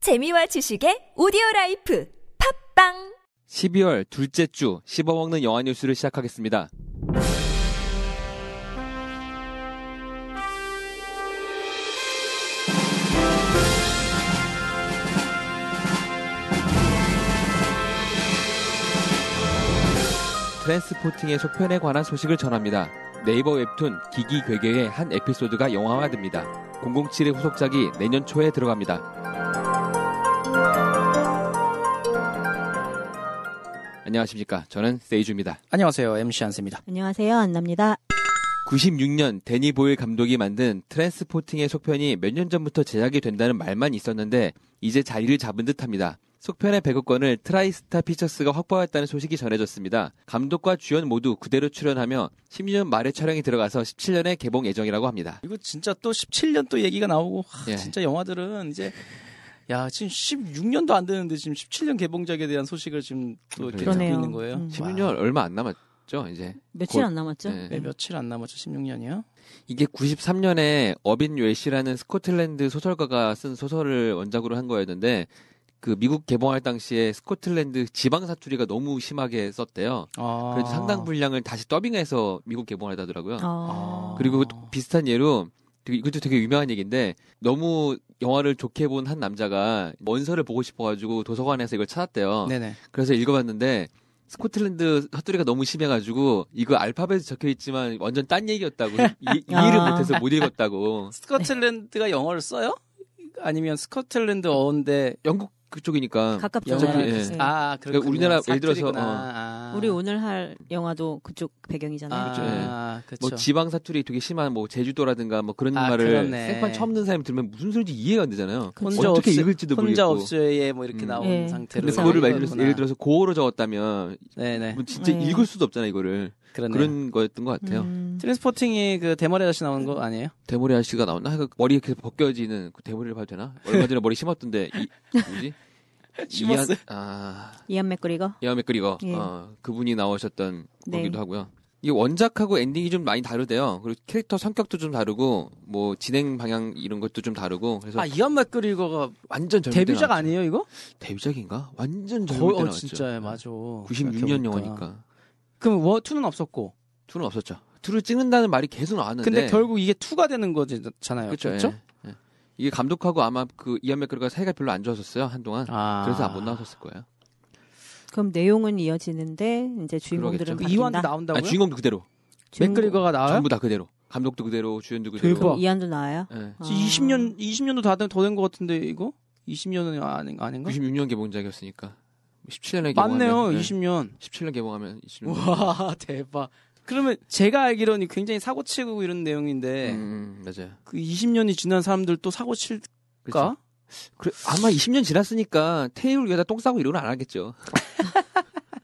재미와 지식의 오디오 라이프 팝빵 12월 둘째 주 씹어먹는 영화 뉴스를 시작하겠습니다. 트랜스포팅의 속편에 관한 소식을 전합니다. 네이버 웹툰 기기 괴계의 한 에피소드가 영화화됩니다. 007의 후속작이 내년 초에 들어갑니다. 안녕하십니까. 저는 세이주입니다. 안녕하세요. MC 안세입니다. 안녕하세요. 안나입니다. 96년 데니 보일 감독이 만든 트랜스포팅의 속편이 몇 년 전부터 제작이 된다는 말만 있었는데 이제 자리를 잡은 듯합니다. 속편의 배급권을 트라이스타 피처스가 확보했다는 소식이 전해졌습니다. 감독과 주연 모두 그대로 출연하며 16년 말에 촬영이 들어가서 17년에 개봉 예정이라고 합니다. 이거 진짜 또 17년 또 얘기가 나오고 하, 예. 진짜 영화들은 이제 야 지금 16년도 안 되는데 지금 17년 개봉작에 대한 소식을 지금 또 이렇게 듣고 그러네요. 있는 거예요. 음. 16년 얼마 안 남았죠, 이제. 며칠 곧- 안 남았죠? 네. 네, 며칠 안 남았죠. 16년이요. 이게 93년에 어빈 웰시라는 스코틀랜드 소설가가 쓴 소설을 원작으로 한 거였는데 그 미국 개봉할 당시에 스코틀랜드 지방 사투리가 너무 심하게 썼대요. 아. 그래서 상당 분량을 다시 더빙해서 미국 개봉하다더라고요. 어. 그리고 또 비슷한 예로 되게- 이것도 되게 유명한 얘기인데 너무 영화를 좋게 본 한 남자가 원서를 보고 싶어가지고 도서관에서 이걸 찾았대요. 아. 네네. 그래서 읽어봤는데 스코틀랜드 사투리가 너무 심해가지고 이거 알파벳에 적혀 있지만 완전 딴 얘기였다고 이, 이해를 아. 못해서 못 읽었다고. 스코틀랜드가 영어를 써요? 아니면 스코틀랜드 어인데 영국 그쪽이니까 가깝죠. 어차피, 영화를 예. 네. 아 그렇군요. 그러니까 우리나라 예를 들어서, 사투리구나. 어. 아. 우리 오늘 할 영화도 그쪽 배경이잖아요. 그쵸, 아 그렇죠. 뭐 지방 사투리 되게 심한 뭐 제주도라든가 뭐 그런 아, 말을 그렇네. 생판 처음 듣는 사람이 들으면 무슨 소리인지 이해가 안 되잖아요. 그치. 혼자 어떻게 없이- 읽을지도 혼자 모르겠고. 업소에 뭐 이렇게 음. 나온 예. 상태로 근데 그래서 그거를 예를 읽었구나. 들어서, 예를 들어서 고어로 적었다면 네네. 뭐 진짜 네. 읽을 수도 없잖아요 이거를 그러네. 그런 거였던 것 같아요. 음. 트랜스포팅이 그 대머리 아저씨 나오는 거 아니에요? 대머리 아저씨가 나오나 하여간 그 머리 이렇게 벗겨지는 그 대머리를 봐도 되나? 얼마 전에 머리 심었던데 이 뭐지? 심었어요? 이안- 아 이안 맥그리거? 이안 맥그리거 예. 어, 그분이 나오셨던 네. 거기도 하고요. 이 원작하고 엔딩이 좀 많이 다르대요. 그리고 캐릭터 성격도 좀 다르고 뭐 진행 방향 이런 것도 좀 다르고 그래서 아 이안 맥그리거가 완전 젊을 때 데뷔작 나왔죠. 아니에요 이거? 데뷔작인가? 완전 젊을 거의 때 어, 나왔죠. 어, 진짜 맞아. 96년 영화니까 그럼 워 투는 없었고. 투는 없었죠. 투를 찍는다는 말이 계속 나왔는데 근데 결국 이게 투가 되는 네. 거잖아요. 그쵸, 그렇죠? 예, 예. 이게 감독하고 아마 그 이안 맥그리가 사이가 별로 안 좋았었어요 한동안. 아. 그래서 못 나왔었을 거예요. 그럼 내용은 이어지는데 이제 주인공들은 그러겠죠. 그 바뀐다. 이완도 나온다고요? 아니, 주인공도 그대로, 주인공- 맥그리거가 나와요? 전부 다 그대로, 감독도 그대로, 주연도 그대로. 대박. 그럼 이완도 나와요? 예. 아. 20년 20년도 다된더된 거 같은데 이거? 20년은 아닌 아닌가? 96년 개봉작이었으니까 17년에 개봉하면 맞네요. 예. 20년. 17년 개봉하면 음, 20년. 와 대박. 그러면 제가 알기로는 굉장히 사고치고 이런 내용인데 음, 음, 맞아요. 그 20년이 지난 사람들 또 사고 칠까? 그러니까? 그렇죠. 그래, 아마 20년 지났으니까 테이블 위에다 똥 싸고 이러는 안 하겠죠. 아,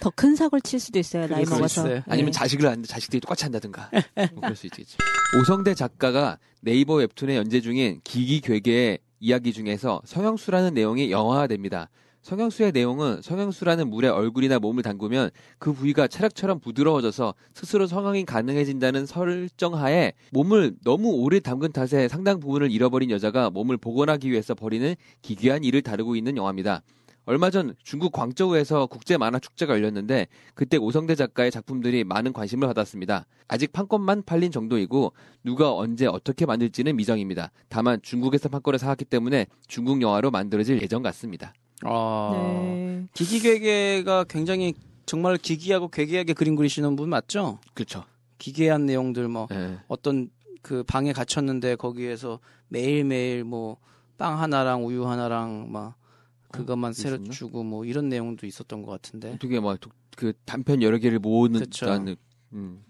더 큰 사고를 칠 수도 있어요. 나이 그럴 수 먹어서. 있어요. 아니면 예. 자식을 하는데 자식들이 똑같이 한다든가. 뭐 그럴 수 있겠지. 오성대 작가가 네이버 웹툰에 연재 중인 기기 괴계의 이야기 중에서 성형수라는 내용이 영화화됩니다. 성형수의 내용은 성형수라는 물에 얼굴이나 몸을 담그면 그 부위가 체력처럼 부드러워져서 스스로 성형이 가능해진다는 설정하에 몸을 너무 오래 담근 탓에 상당 부분을 잃어버린 여자가 몸을 복원하기 위해서 벌이는 기괴한 일을 다루고 있는 영화입니다. 얼마 전 중국 광저우에서 국제 만화 축제가 열렸는데 그때 오성대 작가의 작품들이 많은 관심을 받았습니다. 아직 판권만 팔린 정도이고 누가 언제 어떻게 만들지는 미정입니다. 다만 중국에서 판권을 사왔기 때문에 중국 영화로 만들어질 예정 같습니다. 아. 네. 기기괴계가 굉장히 정말 기기하고 괴기하게 그림 그리시는 분 맞죠? 그렇죠. 기괴한 내용들 뭐 예. 어떤 그 방에 갇혔는데 거기에서 매일매일 뭐 빵 하나랑 우유 하나랑 막 그것만 어, 새로 있었나? 주고 뭐 이런 내용도 있었던 것 같은데 되게 막 그 단편 여러 개를 모으는 그쵸. 다는- 음.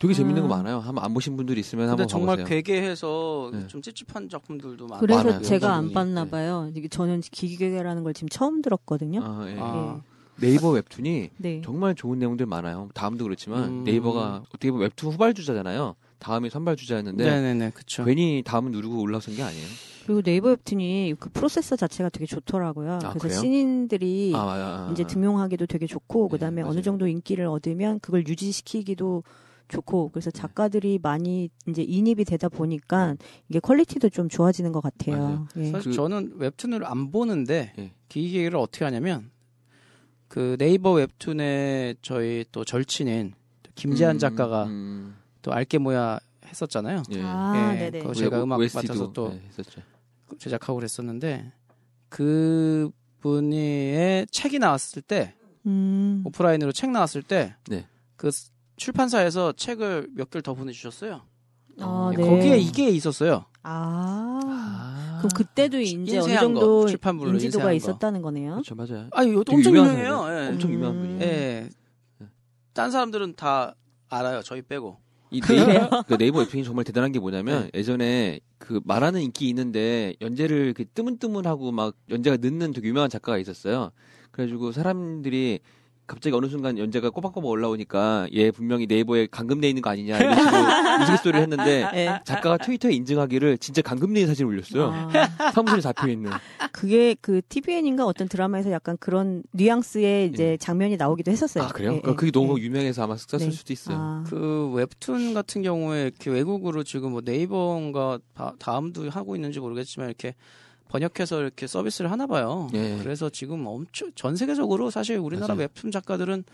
되게 재밌는 거 음. 많아요. 한번 안 보신 분들 있으면 근데 한번 정말 봐보세요. 괴괴해서 네. 좀 찝찝한 작품들도 많아요. 그래서 많아요. 제가 영상이. 안 봤나 네. 봐요. 이게 저는 기계라는 걸 지금 처음 들었거든요. 아, 예. 아, 네이버 웹툰이 네. 정말 좋은 내용들 많아요. 다음도 그렇지만 음. 네이버가 어떻게 보면 웹툰 후발 주자잖아요. 다음이 선발 예. 주자였는데 네네네 그렇죠. 그쵸. 괜히 다음 누르고 올라선 게 아니에요. 그리고 네이버 웹툰이 그 프로세서 자체가 되게 좋더라고요. 아, 그래서 그래요? 신인들이 아, 맞아. 이제 등용하기도 되게 좋고 네, 그다음에 맞아요. 어느 정도 인기를 얻으면 그걸 유지시키기도 좋고 그래서 작가들이 많이 이제 인입이 되다 보니까 이게 퀄리티도 좀 좋아지는 것 같아요. 맞아요. 예. 사실 그- 저는 웹툰을 안 보는데 예. 기기계를 어떻게 하냐면 그 네이버 웹툰에 저희 또 절친인 또 김재한 음, 작가가 음, 또 알게 뭐야 했었잖아요. 예. 아, 예, 네네. 그거 제가 오- 음악 OST 도, 맡아서 또 예, 했었죠. 그 제작하고 그랬었는데 그 분의 책이 나왔을 때 어. 음. 오프라인으로 책 나왔을 때 그 네. 출판사에서 책을 몇 개를 더 보내주셨어요. 아, 예, 네. 거기에 이게 있었어요. 아. 아. 그럼 그때도 이제 어느 인쇄한 거, 정도 출판물로 인쇄한 인지도가 거. 있다는 거네요. 그렇죠, 맞아요. 아, 이거 되게 엄청 유명한 유명해요. 사람이에요. 예. 엄청 네. 유명한 음. 분이에요. 예. 딴 사람들은 다 알아요. 저희 빼고. 이 네이버, 그 네이버 웹툰이 정말 대단한 게 뭐냐면 예전에 그 말하는 인기 있는데 연재를 그 뜨문뜨문하고 막 연재가 늦는 되게 유명한 작가가 있었어요. 그래가지고 사람들이 갑자기 어느 순간 연재가 꼬박꼬박 올라오니까 얘 분명히 네이버에 감금돼 있는 거 아니냐 이런 식으로 우스갯소리를 했는데 예. 작가가 트위터에 인증하기를 진짜 감금된 사진을 올렸어요. 아. 사무실에 잡혀 있는. 그게 그 TVN인가 어떤 드라마에서 약간 그런 뉘앙스의 이제 장면이 나오기도 했었어요. 아 그래요? 예, 예, 그게 너무 예. 유명해서 아마 쓱 썼을 네. 수도 있어요. 아. 그 웹툰 같은 경우에 이렇게 외국으로 지금 뭐 네이버인가 다, 다음도 하고 있는지 모르겠지만 이렇게 번역해서 이렇게 서비스를 하나 봐요. 예. 그래서 지금 엄청 전 세계적으로 사실 우리나라 맞아요. 웹툰 작가들은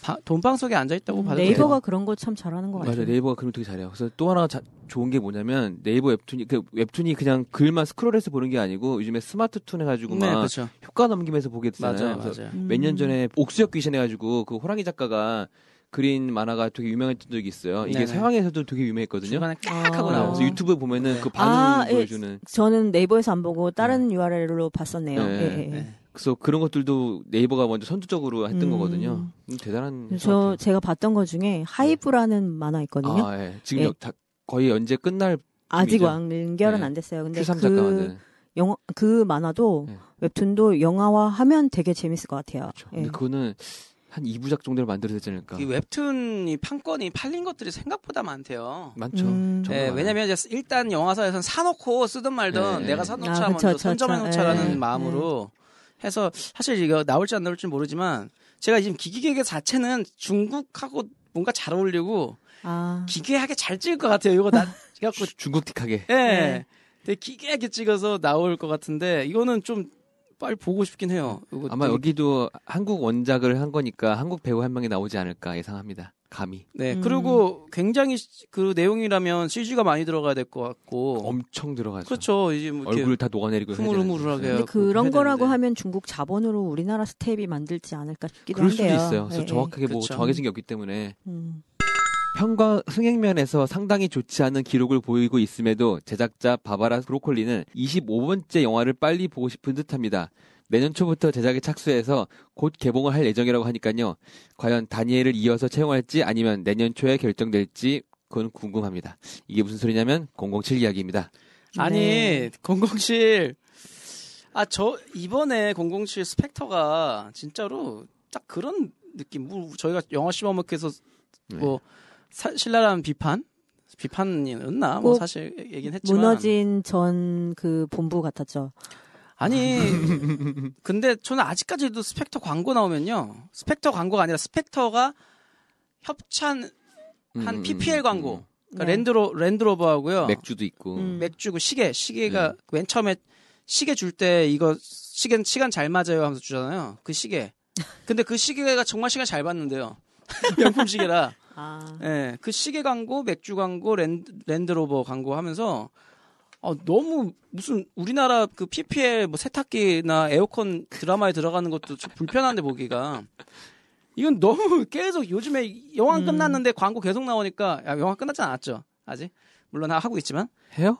바- 돈방석에 앉아 있다고 음, 봐도 네이버가 돼요. 그런 거 참 잘하는 것 같아요. 맞아요. 네이버가 그림 되게 잘해요. 그래서 또 하나 자- 좋은 게 뭐냐면 네이버 웹툰이 그 웹툰이 그냥 글만 스크롤해서 보는 게 아니고 요즘에 스마트 툰 해가지고 네, 막 그렇죠. 효과 넘기면서 보게 되잖아요. 맞아요, 맞아요. 음. 몇 년 전에 옥수역 귀신 해가지고 그 호랑이 작가가 그린 만화가 되게 유명했던 적이 있어요. 이게 네네. 서양에서도 되게 유명했거든요. 중간에 깍 하고 아. 그래서 나오죠. 유튜브에 보면은 그 반응 아, 예. 보여주는 저는 네이버에서 안 보고 다른 URL로 봤었네요. 네, 예, 예, 예. 네. 그래서 그런 것들도 네이버가 먼저 선두적으로 했던 음. 거거든요. 음, 대단한 회사 저 같아요. 제가 봤던 것 중에 하이브라는 만화 있거든요. 아, 예. 지금 예. 역- 다- 거의 연재 끝날 아, 직 이죠. 완결은 네. 안 됐어요. 근데 큐삼 그 작가가 네. 영화 그 만화도 네. 웹툰도 영화화하면 되게 재밌을 것 같아요. 그렇죠. 예. 근데 그거는 한 2부작 정도를 만들어야 되지 않을까. 이 웹툰이 판권이 팔린 것들이 생각보다 많대요. 많죠. 음. 정말 예, 많아요. 왜냐면 이제 일단 영화사에서는 사놓고 쓰든 말든 예, 내가 예. 사놓자 아, 그쵸, 먼저 그쵸, 선점해놓자라는 예. 마음으로 해서 사실 이거 나올지 안 나올지 모르지만 제가 지금 기기계계 자체는 중국하고 뭔가 잘 어울리고 아, 기괴하게 잘 찍을 것 같아요. 이거 나 그래갖고 주- 중국틱하게. 예, 네. 되게 기괴하게 찍어서 나올 것 같은데 이거는 좀 빨리 보고 싶긴 해요. 이거 아마 되게- 여기도 한국 원작을 한 거니까 한국 배우 한 명이 나오지 않을까 예상합니다. 감히. 네 음. 그리고 굉장히 시- 그 내용이라면 CG가 많이 들어가야 될 것 같고 엄청 들어가죠. 그렇죠. 이제 뭐 이렇게 얼굴을 다 녹아내리고 해야 되는데. 흐물흐물하게 근데 그래갖고 그런 해야 거라고 되는데. 하면 중국 자본으로 우리나라 스텝이 만들지 않을까 싶기도 그럴 한데요. 수도 있어요. 그래서 예, 정확하게 뭐 그쵸. 정해진 게 없기 때문에 예. 음. 평가 흥행면에서 상당히 좋지 않은 기록을 보이고 있음에도 제작자 바바라 브로콜리는 25번째 영화를 빨리 보고 싶은 듯합니다. 내년 초부터 제작에 착수해서 곧 개봉을 할 예정이라고 하니까요. 과연 다니엘을 이어서 채용할지 아니면 내년 초에 결정될지 그건 궁금합니다. 이게 무슨 소리냐면 007 이야기입니다. 아니 네. 007 아 저 이번에 007 스펙터가 진짜로 딱 그런 느낌 뭐 저희가 영화 시범학회에서 네. 뭐 사- 신랄한 비판 비판이었나 뭐 꼭 사실 얘긴 했지만 무너진 전 그 본부 같았죠. 아니 근데 저는 아직까지도 스펙터 광고 나오면요 스펙터 광고가 아니라 스펙터가 협찬 음, 한 음, PPL 음, 광고. 음. 네, 그러니까 네. 랜드로 랜드로버하고요 맥주도 있고. 음. 네. 맥주고 시계 시계가 맨 처음에 시계 줄 때 이거 시계 시간 잘 맞아요 하면서 주잖아요 그 시계 근데 그 시계가 정말 시간 잘 봤는데요 명품 시계라 아. 예, 그 시계 광고 맥주 광고 랜드, 랜드로버 광고 하면서 어, 너무 무슨 우리나라 그 PPL 뭐 세탁기나 에어컨 드라마에 들어가는 것도 좀 불편한데 보기가 이건 너무 계속 요즘에 영화 음. 끝났는데 광고 계속 나오니까 야, 영화 끝나지 않았죠 아직 물론 하고 있지만 해요?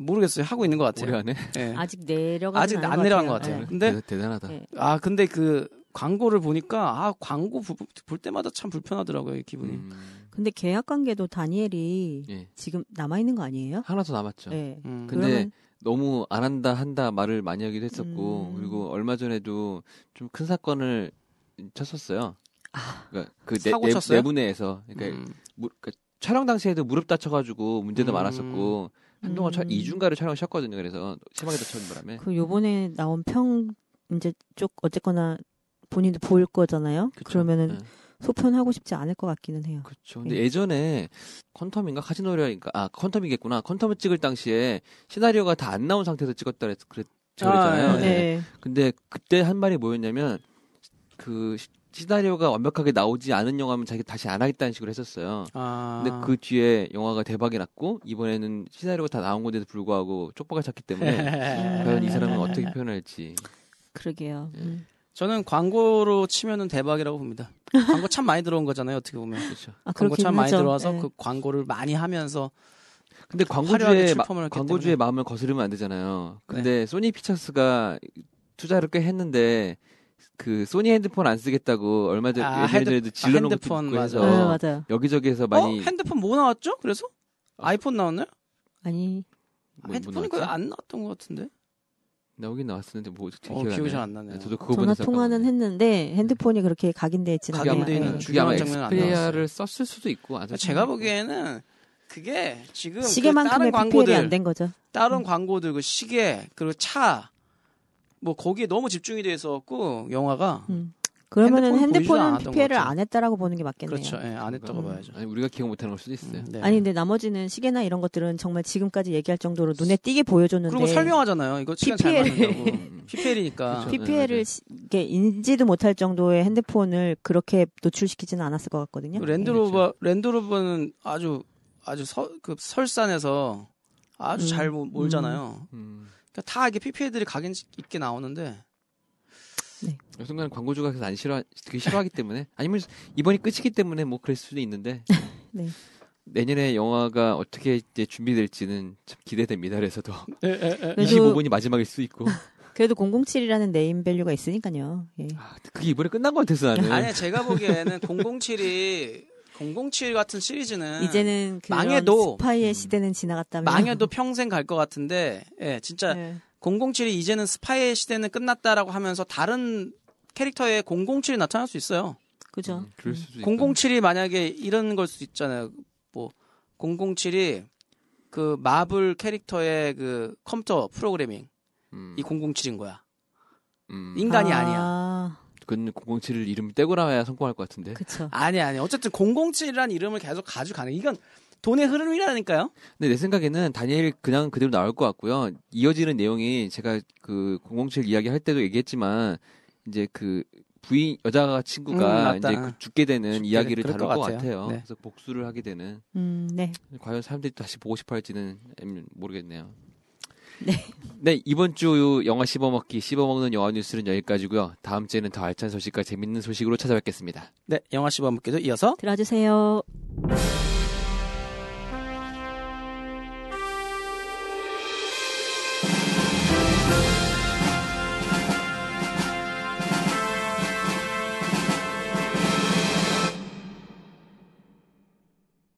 모르겠어요. 하고 있는 것 우리 같아요. 안에? 예. 아직 내려가 아직 안 내려간 것 같아요. 근데 대- 대단하다. 네. 아 근데 그 광고를 보니까 아 광고 부- 볼 때마다 참 불편하더라고요 이 기분이. 음, 예. 근데 계약 관계도 다니엘이 예. 지금 남아 있는 거 아니에요? 하나 더 남았죠. 예. 음. 근데 그러면- 너무 안 한다 한다 말을 많이 하기도 했었고 음. 그리고 얼마 전에도 좀 큰 사건을 쳤었어요. 그러니까 그 내- 아, 사고 내, 쳤어요? 내분에에서 그러니까 음. 무- 그 촬영 당시에도 무릎 다쳐가지고 문제도 음. 많았었고 한동안 음. 2주인가를 촬영을 쉬었거든요. 그래서 심하게 다친 바람에 그 요번에 나온 평 이제 쭉 어쨌거나 본인도 보일 거잖아요. 그쵸? 음. 네. 그러면은 예. 소편하고 싶지 않을 것 같기는 해요. 그렇죠. 근데 예전에 컨텀인가 카지노리아인가 아 컨텀이겠구나 컨텀을 찍을 당시에 시나리오가 다 안 나온 상태에서 찍었다 그랬, 그랬, 그랬잖아요. 아, 예. 네. 근데 그때 한 말이 뭐였냐면 그 시- 시나리오가 완벽하게 나오지 않은 영화면 자기 다시 안 하겠다는 식으로 했었어요. 아. 근데 그 뒤에 영화가 대박이 났고 이번에는 시나리오가 다 나온 건데도 불구하고 쪽박을 찼기 때문에 예. 과연 이 사람은 어떻게 표현할지 음. 네. 그러게요. 음. 저는 광고로 치면은 대박이라고 봅니다. 광고 참 많이 들어온 거잖아요. 어떻게 보면 그렇죠. 예. 아, 광고 그렇긴 참 많이 하죠. 들어와서 네. 그 광고를 많이 하면서 근데 화려하게 광고주의 마, 출품을 했기 네. 광고주의 마음을 거스르면 안 되잖아요. 근데 소니 피처스가 투자를 꽤 했는데 그 소니 핸드폰 안 쓰겠다고 얼마 전 아, 예전에 핸드- 전에도 질러놓은 것도 핸드폰, 있고 해서 맞아. 네, 맞아요. 여기저기에서 어? 많이 핸드폰 뭐 나왔죠? 그래서 아이폰 나왔나요? 아니 뭐- 뭐 핸드폰이 그- 거의 나왔지? 안 나왔던 것 같은데. 나오긴 나왔었는데 뭐 어떻게 어, 기억이 잘 안 나네요. 저도 그거 전화 보면서 통화는 약간 했는데 핸드폰이 그렇게 각인돼 있진 그게 않아요. 아마, 각인돼 있는 네. 주- 그게 아마 중요한 장면은 안 엑스플레이어를 썼을 수도 있고 안 썼을 제가 수도 있고. 보기에는 그게 지금 그 시계만큼의 다른 PPL이 광고들 안 된 거죠. 다른 광고들 그 시계 그리고 차 뭐 거기에 너무 집중이 돼 있어갖고 영화가 음. 그러면은 핸드폰은 보이지도 핸드폰은 않았던 것 PPL을 같아요. 안 했다라고 보는 게 맞겠네요. 그렇죠 예, 안 했다고 음. 봐야죠. 아니 우리가 기억 못하는 걸 수도 있어요. 음, 네. 아니 근데 나머지는 시계나 이런 것들은 정말 지금까지 얘기할 정도로 눈에 띄게 보여줬는데 그리고 설명하잖아요. 이거 시간 잘 PPL. 맞는다고. 음. PPL이니까. 그쵸. 네, PPL을 이게 인지도 못할 정도의 핸드폰을 그렇게 노출시키지는 않았을 것 같거든요. 그 랜드로버 랜드로버는 아주 아주 서, 그 설산에서 아주 음. 잘 모- 몰잖아요. 음. 그러니까 다 이게 PPL들이 각인 있게 나오는데 이 순간 광고주가 그래서 안 싫어 되게 싫어하기 때문에 아니면 이번이 끝이기 때문에 뭐 그럴 수도 있는데 네. 내년에 영화가 어떻게 이제 준비될지는 참 기대됩니다. 그래서 더 네, 그래도, 25분이 마지막일 수도 있고 그래도 007이라는 네임밸류가 있으니까요. 예. 아, 그게 이번에 끝난 것 같아서 나는 아니 제가 보기에는 007이 007 같은 시리즈는 이제는 그런 아, 망해도- 스파이의 음. 시대는 지나갔다면 망해도 평생 갈 것 같은데 예 진짜 네. 007이 이제는 스파이의 시대는 끝났다라고 하면서 다른 캐릭터에 007이 나타날 수 있어요. 그죠. 음, 그럴 수도 있고 007이 만약에 이런 걸 수도 있잖아요. 뭐 007이 그 마블 캐릭터의 그 컴퓨터 프로그래밍 음, 이 007인 거야. 음, 인간이 아, 아니야. 그건 007을 이름 떼고 나와야 성공할 것 같은데 그쵸. 아니 아니. 어쨌든 007이라는 이름을 계속 가져가는 이건 돈의 흐름이라니까요. 근데 내 생각에는 다니엘 그냥 그대로 나올 것 같고요. 이어지는 내용이 제가 그 007 이야기 할 때도 얘기했지만 이제 그 부인 여자 친구가 음, 맞다. 이제 그 죽게 되는 죽게 이야기를 될- 다룰 그럴 것 것 같아요. 같아요. 네. 그래서 복수를 하게 되는 음, 네. 과연 사람들이 다시 보고 싶어할지는 모르겠네요. 네. 네 이번 주 영화 씹어먹기 씹어먹는 영화 뉴스는 여기까지고요. 다음 주에는 더 알찬 소식과 재밌는 소식으로 찾아뵙겠습니다. 네, 영화 씨바 먹기도 이어서 들어주세요.